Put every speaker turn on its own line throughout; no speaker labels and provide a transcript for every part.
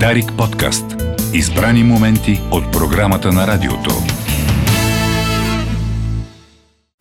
Дарик подкаст. Избрани моменти от програмата на радиото.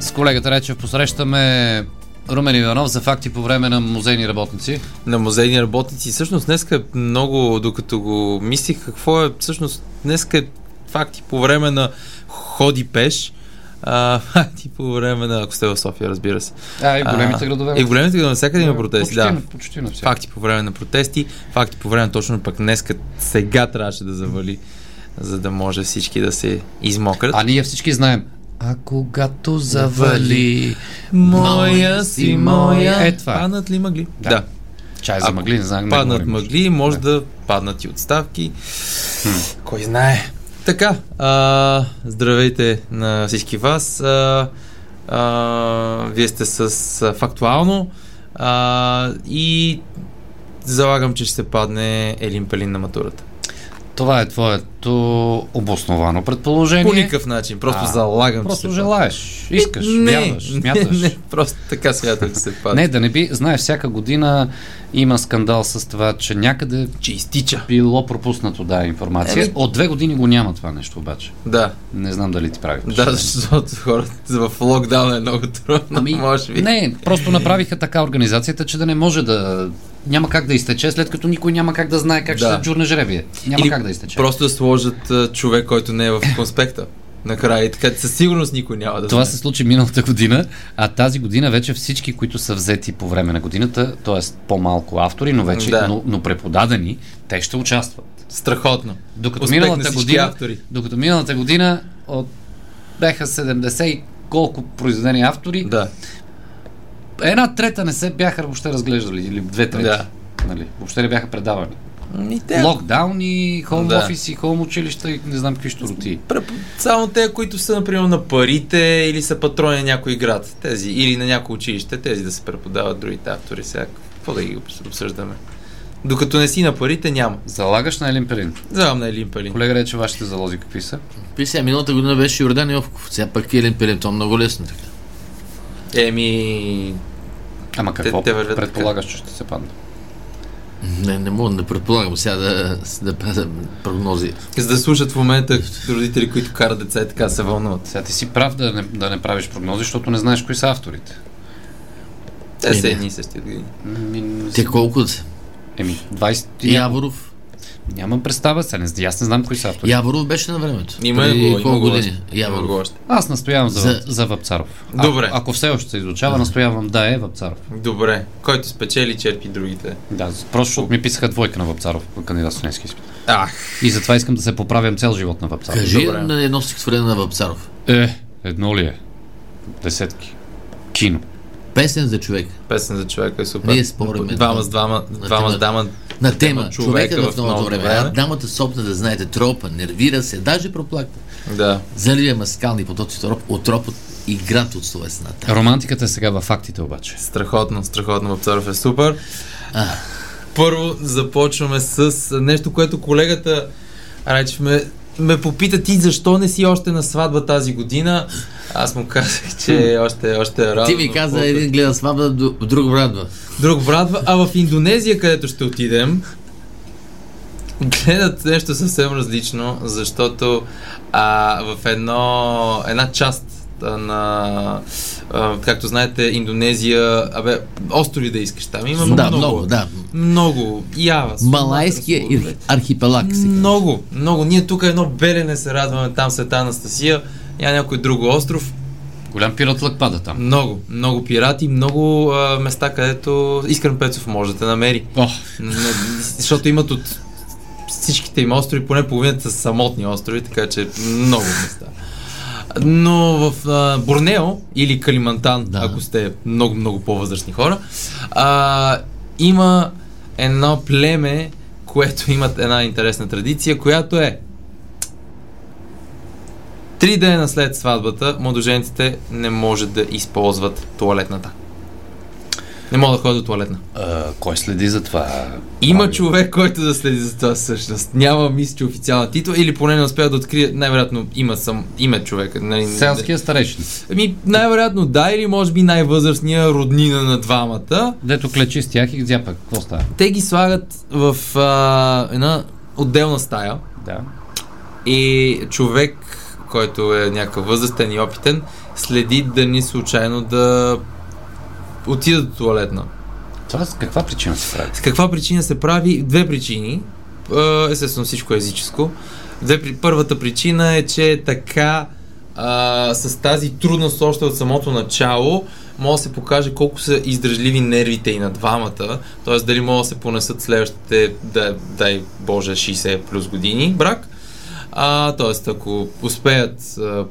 С колегата Речев посрещаме Румен Иванов за факти по време на музейни работници.
на музейни работници. Всъщност днеска е много, докато го мислих, какво е всъщност днеска е факти по време на ходи пеш, а, факти по време на, ако сте в София, разбира се.
А, и в големите градове.
И в големите градове, навсякъде има протести,
почти,
да.
на- Почти на всяка.
Факти по време на протести, факти по време точно пък днеска сега трябваше да завали, за да може всички да се измокрят.
А ние всички знаем. А когато завали...
моя си, моя...
Е, това е.
Паднат ли мъгли?
Да.
да.
Чай за
Ако
мъгли, не знам. не
паднат
говорим.
мъгли, може да. паднат и отставки. Кой знае. Така, а, здравейте на всички вас. А, а, вие сте с а, фактуално а, и залагам, че ще падне Елин Пелин на матурата.
Това е твоето обосновано предположение.
По никакъв начин, просто
Е, А,
залагам, че
Просто
ще
желаеш, искаш,
падне. Не,
вярваш, смяташ.
Не, не, просто така смятам, че се падне.
Не, да не би, знаеш, всяка година има скандал с това, че някъде
Че изтича.
било пропуснато, да, информация.
Еми-
От две години го няма това нещо обаче.
Да,
Не знам дали ти прави.
да,
впечатление.
защото хората в локдаун е много трудно,
Ами,
може би.
Не, просто направиха така организацията, че да не може да... Няма как да изтече, след като никой няма как да знае как ще
Да.
се джурне жребие. Няма
Или
как да изтече.
Просто да сложат а, човек, който не е в конспекта. Накрая, И така със сигурност никой няма да
Това
знае.
се случи миналата година, а тази година вече всички, които са взети по време на годината, т.е. по-малко автори, но вече
Да.
но, но преподадени, те ще участват.
страхотно.
Докато
Успех на
миналата
всички
година,
автори.
докато миналата година от, беха 70 и колко произведени автори,
Да.
една трета не се бяха въобще разглеждали, или две трети.
Да.
Нали, въобще не бяха предавани.
Ми, те,
Локдауни, хоум
Да.
офиси, хоум училища и не знам какви щуроти.
преп... Само те, които са, например, на парите или са патрони на някой град. Тези. Или на някое училище. Тези да се преподават другите автори. Сега, какво да ги обс- обсъждаме? Докато не си на парите, няма.
Залагаш на Елин Перин.
Завам на Елин Пелин.
Колега рече, вашите залози какви са?
При сега миналата година беше Йордан Йовков, сега пък Елен Пелин, то е много лесно така.
Еми...
Ама какво
те вървят
предполагаш, че ще се падне?
Не, не мога да предполагам сега да, да правя прогнози.
За да слушат в момента родители, които карат деца и така се вълнуват.
Сега ти си прав да не, да не правиш прогнози, защото не знаеш кои са авторите. Е,
Те са
Еми.
едни и същи от години.
Ми, Ами, не
Те
си-
колко са?
Еми, 20... ти няма-
Яворов.
Нямам представа, сега не, аз не знам кои са авторите.
Яворов беше на времето.
Има
Преди
го, има
колко
го
години.
още. Има го
Яворов.
още.
Аз настоявам за, за...
За-
за Вапцаров. А-
Добре.
Ако все още се изучава, настоявам да е Вапцаров.
Добре. Който спечели, черпи другите.
Да, просто защото ми писаха двойка на Вапцаров по кандидат студентски изпит.
Ах,
И затова искам да се поправям цял живот на Вапцаров.
Кажи
Добре.
на едно стихотворение на Вапцаров.
Е, едно ли е? Десетки. Кино.
Песен за човек.
песен за човека е супер.
Ние спорим.
Двама с двама, двама с дама.
На тема.
човека
Човека
в
в новото
новото
време.
време.
А дамата сопна да знаете тропа, нервира се, даже проплаква.
Да.
Залива е маскални потоци троп, от тропот и град от словесната.
Романтиката е сега във фактите обаче.
Страхотно, страхотно. Вапцаров е супер. Първо започваме с нещо, което колегата Райчев ме, ме попита ти защо не си още на сватба тази година. Аз му казах, че още, още е рано.
Ти ми каза, един гледа сватба, ду- друг брадва.
Друг братва, а в Индонезия, където ще отидем, гледат нещо съвсем различно, защото а, в едно, една част а, на, а, както знаете, Индонезия, абе, острови да искаш там, има
Да,
много,
много, да.
много, Ява, Суматра,
Малайския
Сулавеси.
ир- архипелаг. се казва.
Много, много. Ние тук едно белене се радваме там Света Анастасия, я някой друг остров,
Голям пиратлък пада там.
много, много пирати, много а, места, където Искрен Пецов може да те намери.
О,
Не, защото имат от всичките им острови, поне половината са самотни острови, така че много места. Но в а, Борнео или Калимантан, да.
Да.
ако сте много, много по-възрастни хора, а, има едно племе, което имат една интересна традиция, която е три дена след сватбата, младоженците не може да използват туалетната. Не могат да ходят до туалетна.
а, кой следи за това?
Има
Правило.
човек, който да следи за това всъщност. Няма мисля, че официална титла или поне не успя да открие. Най-вероятно има сам име човека. Нали,
Селския старейшин.
Ами, най-вероятно да, или може би най-възрастния роднина на двамата.
Дето клечи с тях и дзяпа. Какво става?
Те ги слагат в а, една отделна стая
Да.
и човек, който е някакъв възрастен и опитен, следи да ни случайно да отидат до туалетна.
Това с каква причина се прави?
С каква причина се прави? Две причини. Е, Естествено всичко е езическо. Две, при- първата причина е, че така а, с тази трудност още от самото начало може да се покаже колко са издръжливи нервите и на двамата, т.е. дали могат да се понесат следващите, да, дай Боже, 60 плюс години брак. А, т.е. ако успеят а,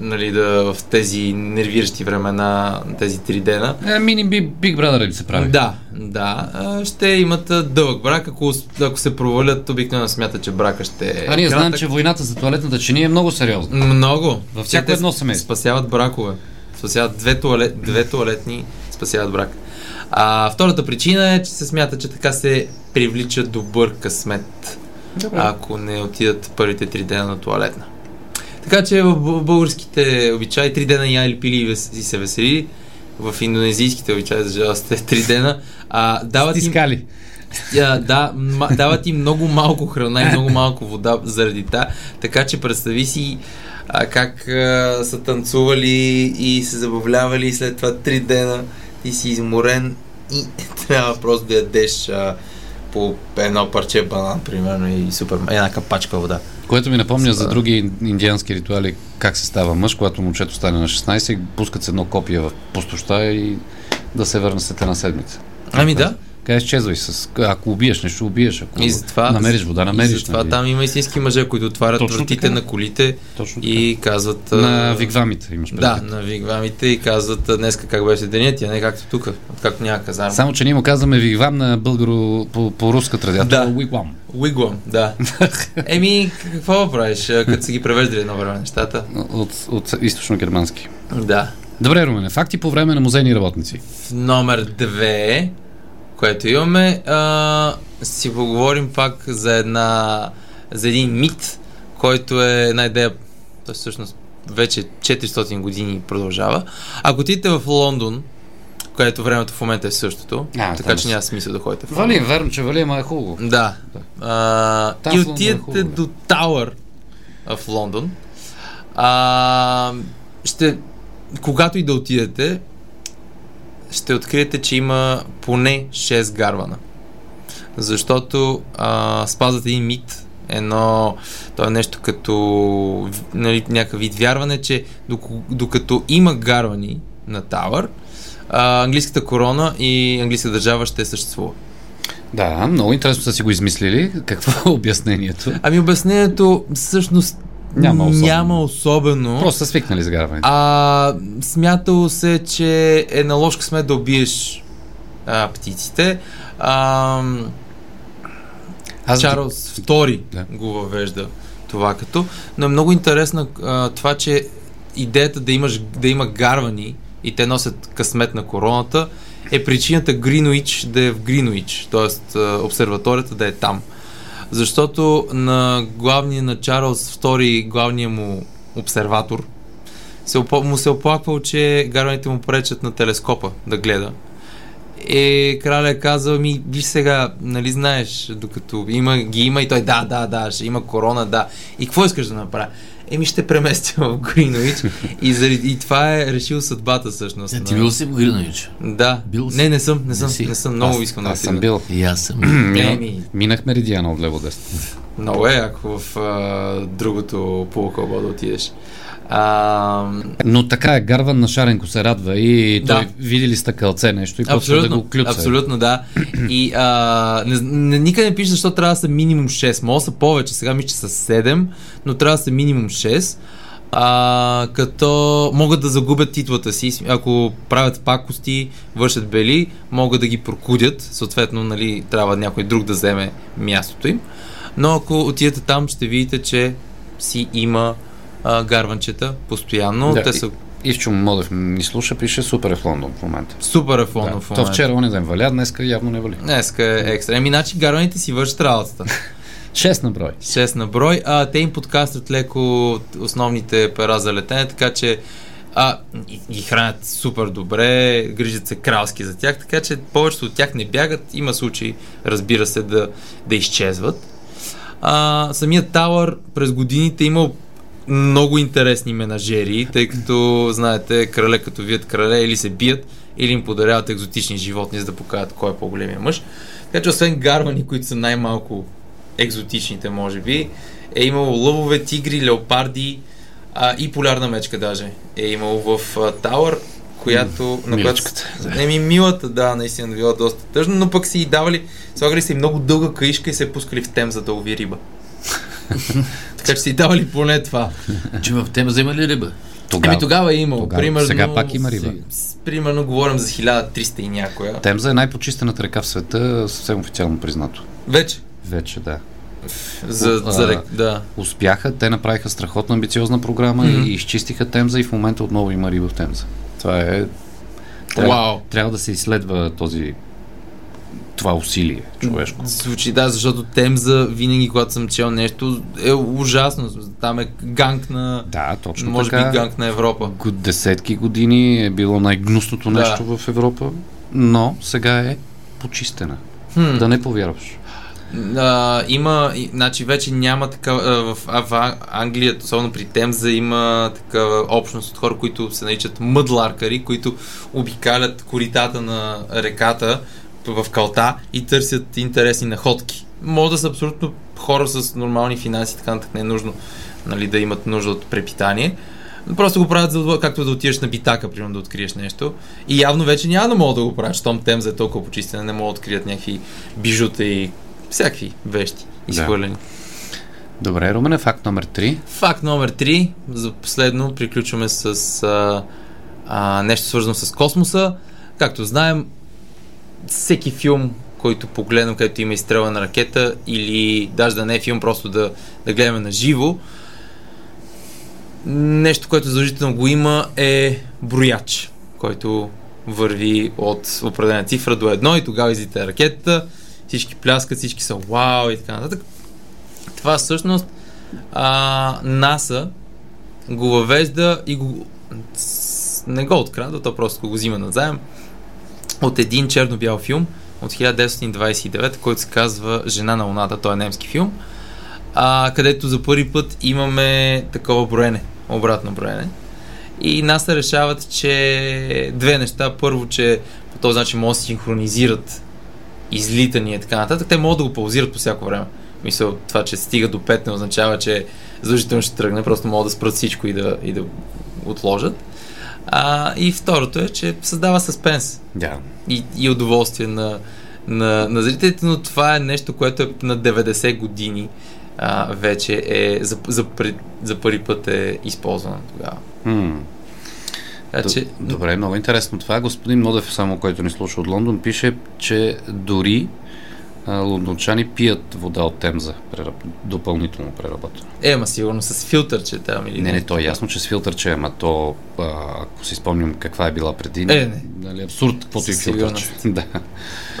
нали, да в тези нервиращи времена, тези три дена,
Е, мини Big, Big Brother ли се прави?
да, да. А, Ще имат а, дълъг брак. Ако, с- ако се провалят, обикновено смятат, че брака ще е.
А ние знаем,
кратък.
че войната за туалетната чиния е много сериозна.
Много.
Във всяко
Те
едно
с-
семейство.
Спасяват бракове. Спасяват две, туалет, две туалетни, спасяват брак. А, втората причина е, че се смята, че така се привлича добър късмет, ако не отидат първите три дена на туалетна. Така че в бу- българските обичаи три дена я или пили и вес- и се весели, в индонезийските обичаи, за жалост, е три дена, а, дават им,
Тискали.
а, да, ма, дават им много малко храна и много малко вода заради та. Така че представи си а, как а, са танцували и се забавлявали и след това три дена ти си изморен и трябва просто да ядеш а, по едно парче банан, примерно, и супер, една капачка вода.
Което ми напомня за други ин- индиански ритуали, как се става мъж, когато момчето стане на 16, пускат се едно копие в пустоща и да се върне след една седмица.
Ами да.
Къде изчезвай с... Ако убиеш нещо, убиеш. Ако
И затова,
намериш вода, намериш.
И затова
нали?
там има истински мъже, които отварят
Точно
вратите
така.
на колите
Точно така.
и казват... а,
На вигвамите имаш предвид.
Да, Нали, на вигвамите и казват а, днеска как беше денят, а не както тук, както няма казарма.
Само, че ние му казваме вигвам на българо по, по руска традиция.
Да.
Да. Вигвам.
Уигвам, да. Еми, какво да правиш, а, като са ги превеждали едно време нещата?
От, от източно-германски.
Да.
Добре, Румене, факти по време на музейни работници.
В номер две, което имаме, а, си поговорим пак за една, за един мит, който е една идея, т.е. всъщност вече 400 години продължава. Ако отидете в Лондон, където времето в момента е същото,
А,
така
там
че
е.
няма смисъл да ходите в Лондон.
Вали, верно, че вали, ама е хубаво.
Да. А,
Та в
и
Лондон е
отидете
хубаво, да.
до Тауър а, в Лондон. А, ще, когато и да отидете, ще откриете, че има поне 6 гарвана. Защото а, спазват един мит, едно, то е нещо като в- нали, някакъв вид вярване, че доко- докато има гарвани на Тауър, а, английската корона и английска държава ще съществува.
Да, много интересно са си го измислили. Какво е обяснението?
Ами обяснението всъщност
Няма особено.
няма особено.
Просто са свикнали с гарването.
А, смятало се, че е на ложка смет да убиеш а, птиците. А,
Аз
Чарлз II
Да.
го въвежда това като. Но е много интересно а, това, че идеята да, имаш, да има гарвани и те носят късмет на короната е причината Гринвич да е в Гринвич, т.е. а, обсерваторията да е там. Защото на главния на Чарлз II, главния му обсерватор, се опо... му се оплаквал, че гарваните му пречат на телескопа да гледа. Е, краля е казал ми, виж сега, нали знаеш, докато има, ги има и той, да, да, да, ще има корона, да. И какво искаш да направя? Еми ще преместя в Гринович и, заради, и това е решил съдбата всъщност.
Е, ти
на-
бил си в Гринович.
Да.
бил си?
Не, не съм, не съм,
си?
не, съм, много искам да Е,
аз съм
отида.
бил.
И аз съм.
Мина,
Еми.
минах меридиана от лево десна.
Много е, ако в а, другото полукълбо да отидеш. А,
Но така е, Гарван на Шаренко се радва и той
Да.
види ли стъкълце нещо и почва да
абсолютно,
го е. клюца.
абсолютно, да. И а, не, не, никъде не пише защо трябва да са минимум 6. Може да са повече, сега мисля, че са 7, но трябва да са минимум 6. А, като могат да загубят титлата си, ако правят пакости, вършат бели, могат да ги прокудят, съответно, нали, трябва някой друг да вземе мястото им. Но ако отидете там, ще видите, че си има а, гарванчета постоянно.
Да,
Те са
Ивчо Модев ни слуша, пише супер е в Лондон в момента.
супер е фон
Да.
в
То
момента.
вчера он ден валя, днеска явно не вали.
Днеска е екстра. Еми, значи гарваните си вършат работата.
Шест на брой.
6 на брой. А, те им подкастват леко от основните пера за летене, така че а, и- ги хранят супер добре, грижат се кралски за тях, така че повечето от тях не бягат. Има случаи, разбира се, да, да изчезват. А, самият Тауър през годините е имал много интересни менажери, тъй като, знаете, крале като вият крале или се бият, или им подаряват екзотични животни, за да покажат кой е по-големия мъж. Така че освен гарвани, които са най-малко екзотичните, може би, е имало лъвове, тигри, леопарди а, и полярна мечка даже е имало в а, Тауър, която... на
миличката,
Която, еми, милата, да, наистина била доста тъжна, но пък си и давали, слагали си много дълга каишка и се пускали в темза да лови риба. така че си давали поне това.
Че в тема взема ли риба?
Тогава,
Еми тогава е имало.
Тогава.
Примерно,
Сега пак има риба.
с- с- Примерно говорим за 1300 и някоя.
Темза е най-почистената река в света, съвсем официално признато.
Вече.
Вече, да.
За,
А,
за, рек- да.
Успяха, те направиха страхотно амбициозна програма
Мгм.
и изчистиха Темза и в момента отново има риба в Темза. Това е... Трябва,
Уау.
трябва да се изследва този това усилие човешко.
Звучи, да, защото Темза винаги, когато съм чел нещо, е ужасно. Там е ганг на...
Да, точно
може
така.
би ганг на Европа.
го- десетки години е било най-гнусното
Да.
нещо в Европа, но сега е почистена.
Хм.
Да не повярваш.
А, има, и- значи вече няма такава, а, в, а, в Ан- Англия, особено при Темза, има такава общност от хора, които се наричат мъдларкари, които обикалят коритата на реката в калта и търсят интересни находки. Може да са абсолютно хора с нормални финанси, и така нататък не е нужно нали, да имат нужда от препитание. Но Просто го правят, за, да- както да отидеш на битака, примерно да откриеш нещо. И явно вече няма да могат да го правят, щом темза е толкова почистена, не могат да открият някакви бижута и всякакви вещи изхвърлени.
Добре, Румен е факт номер 3.
Факт номер 3, за последно приключваме с а, а, нещо свързано с космоса. Както знаем, всеки филм, който погледнем, където има изстрела на ракета или даже да не е филм, просто да, да гледаме на живо, нещо, което задължително го има е брояч, който върви от определена цифра до едно и тогава излита ракетата, всички пляскат, всички са вау и така нататък. Това всъщност а, НАСА го въвежда и го... с- Не го открадва, то просто го взима назаем от един черно-бял филм от 1929, който се казва Жена на луната, той е немски филм, а, където за първи път имаме такова броене, обратно броене. И НАСА решават, че две неща. Първо, че по този начин могат да се синхронизират излитания и е така нататък. Те могат да го паузират по всяко време. Мисъл, това, че стига до 5 не означава, че задължително ще тръгне, просто могат да спрат всичко и да, и да отложат. А, и второто е, че създава съспенс
Да.
и, и удоволствие на, на, на зрителите, но това е нещо, което е на 90 години а, вече е за, за, за, за първи път е използвано тогава.
Хм.
Така че,
Д- Добре, много интересно това. Господин Модев, само който ни слуша от Лондон, пише, че дори а, лондончани пият вода от Темза, прераб... допълнително преработена.
е, ма сигурно с филтър, че там или...
Не, не, то е ясно, че с филтърче, ама то, а, ако си спомням каква е била преди,
Е, не.
Нали, абсурд, каквото и
Със
филтърче. Да.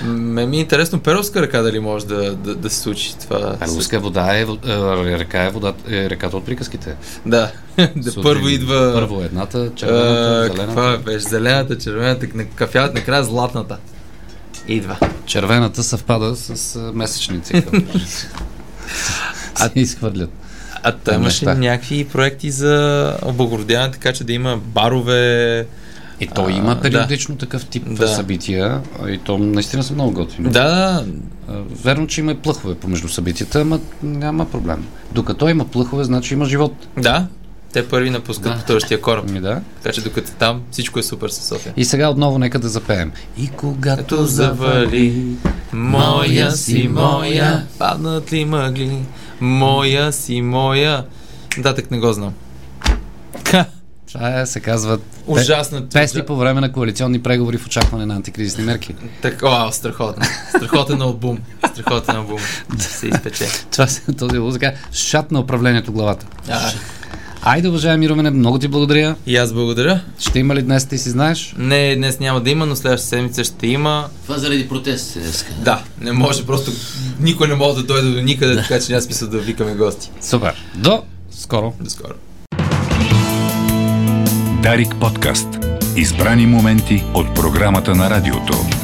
Ме ми е интересно, перовска ръка дали може да, да, да се случи това.
Руска вода е, в- е, река е, вода, е реката от приказките.
Да, да
Сутрин
първо идва...
Първо едната, червената,
а,
зелената.
каква беше? Зелената, червената, на- кафявата, накрая златната. Идва.
Червената съвпада с а, месечния цикъл. а ти изхвърлят.
А той
Е,
имаше
неща.
някакви проекти за облагородяване, така че да има барове.
И то
А,
има
да.
периодично такъв тип
Да.
събития. а, И то наистина са много готини.
Да,
А, Верно, че има и плъхове помежду събитията, ама няма проблем. Докато има плъхове, значи има живот.
да. Те първи напускат да. пътуващия кораб.
Ами да.
Така че докато е там всичко е супер със София.
И сега отново нека да запеем. И когато
Като завали, моя си моя, паднат ли мъгли, моя си моя. Да, так не го знам. Ха,
Това е, се казва пе-
Ужасна
песни
ужа-
по време на коалиционни преговори в очакване на антикризисни мерки.
Так, о, страхотно. Страхотен албум. Страхотен албум. Се изпече.
Това се този луз, така, шат на управлението главата.
А,
Айде, уважаеми Румене, много ти благодаря.
и аз благодаря.
Ще има ли днес, ти си знаеш?
Не, днес няма да има, но следващата седмица ще има.
Това заради протестите днеска.
Да, не може, просто никой не може да дойде до никъде, така че няма смисъл да викаме гости.
Супер. До скоро.
До скоро.
Дарик подкаст. Избрани моменти от програмата на радиото.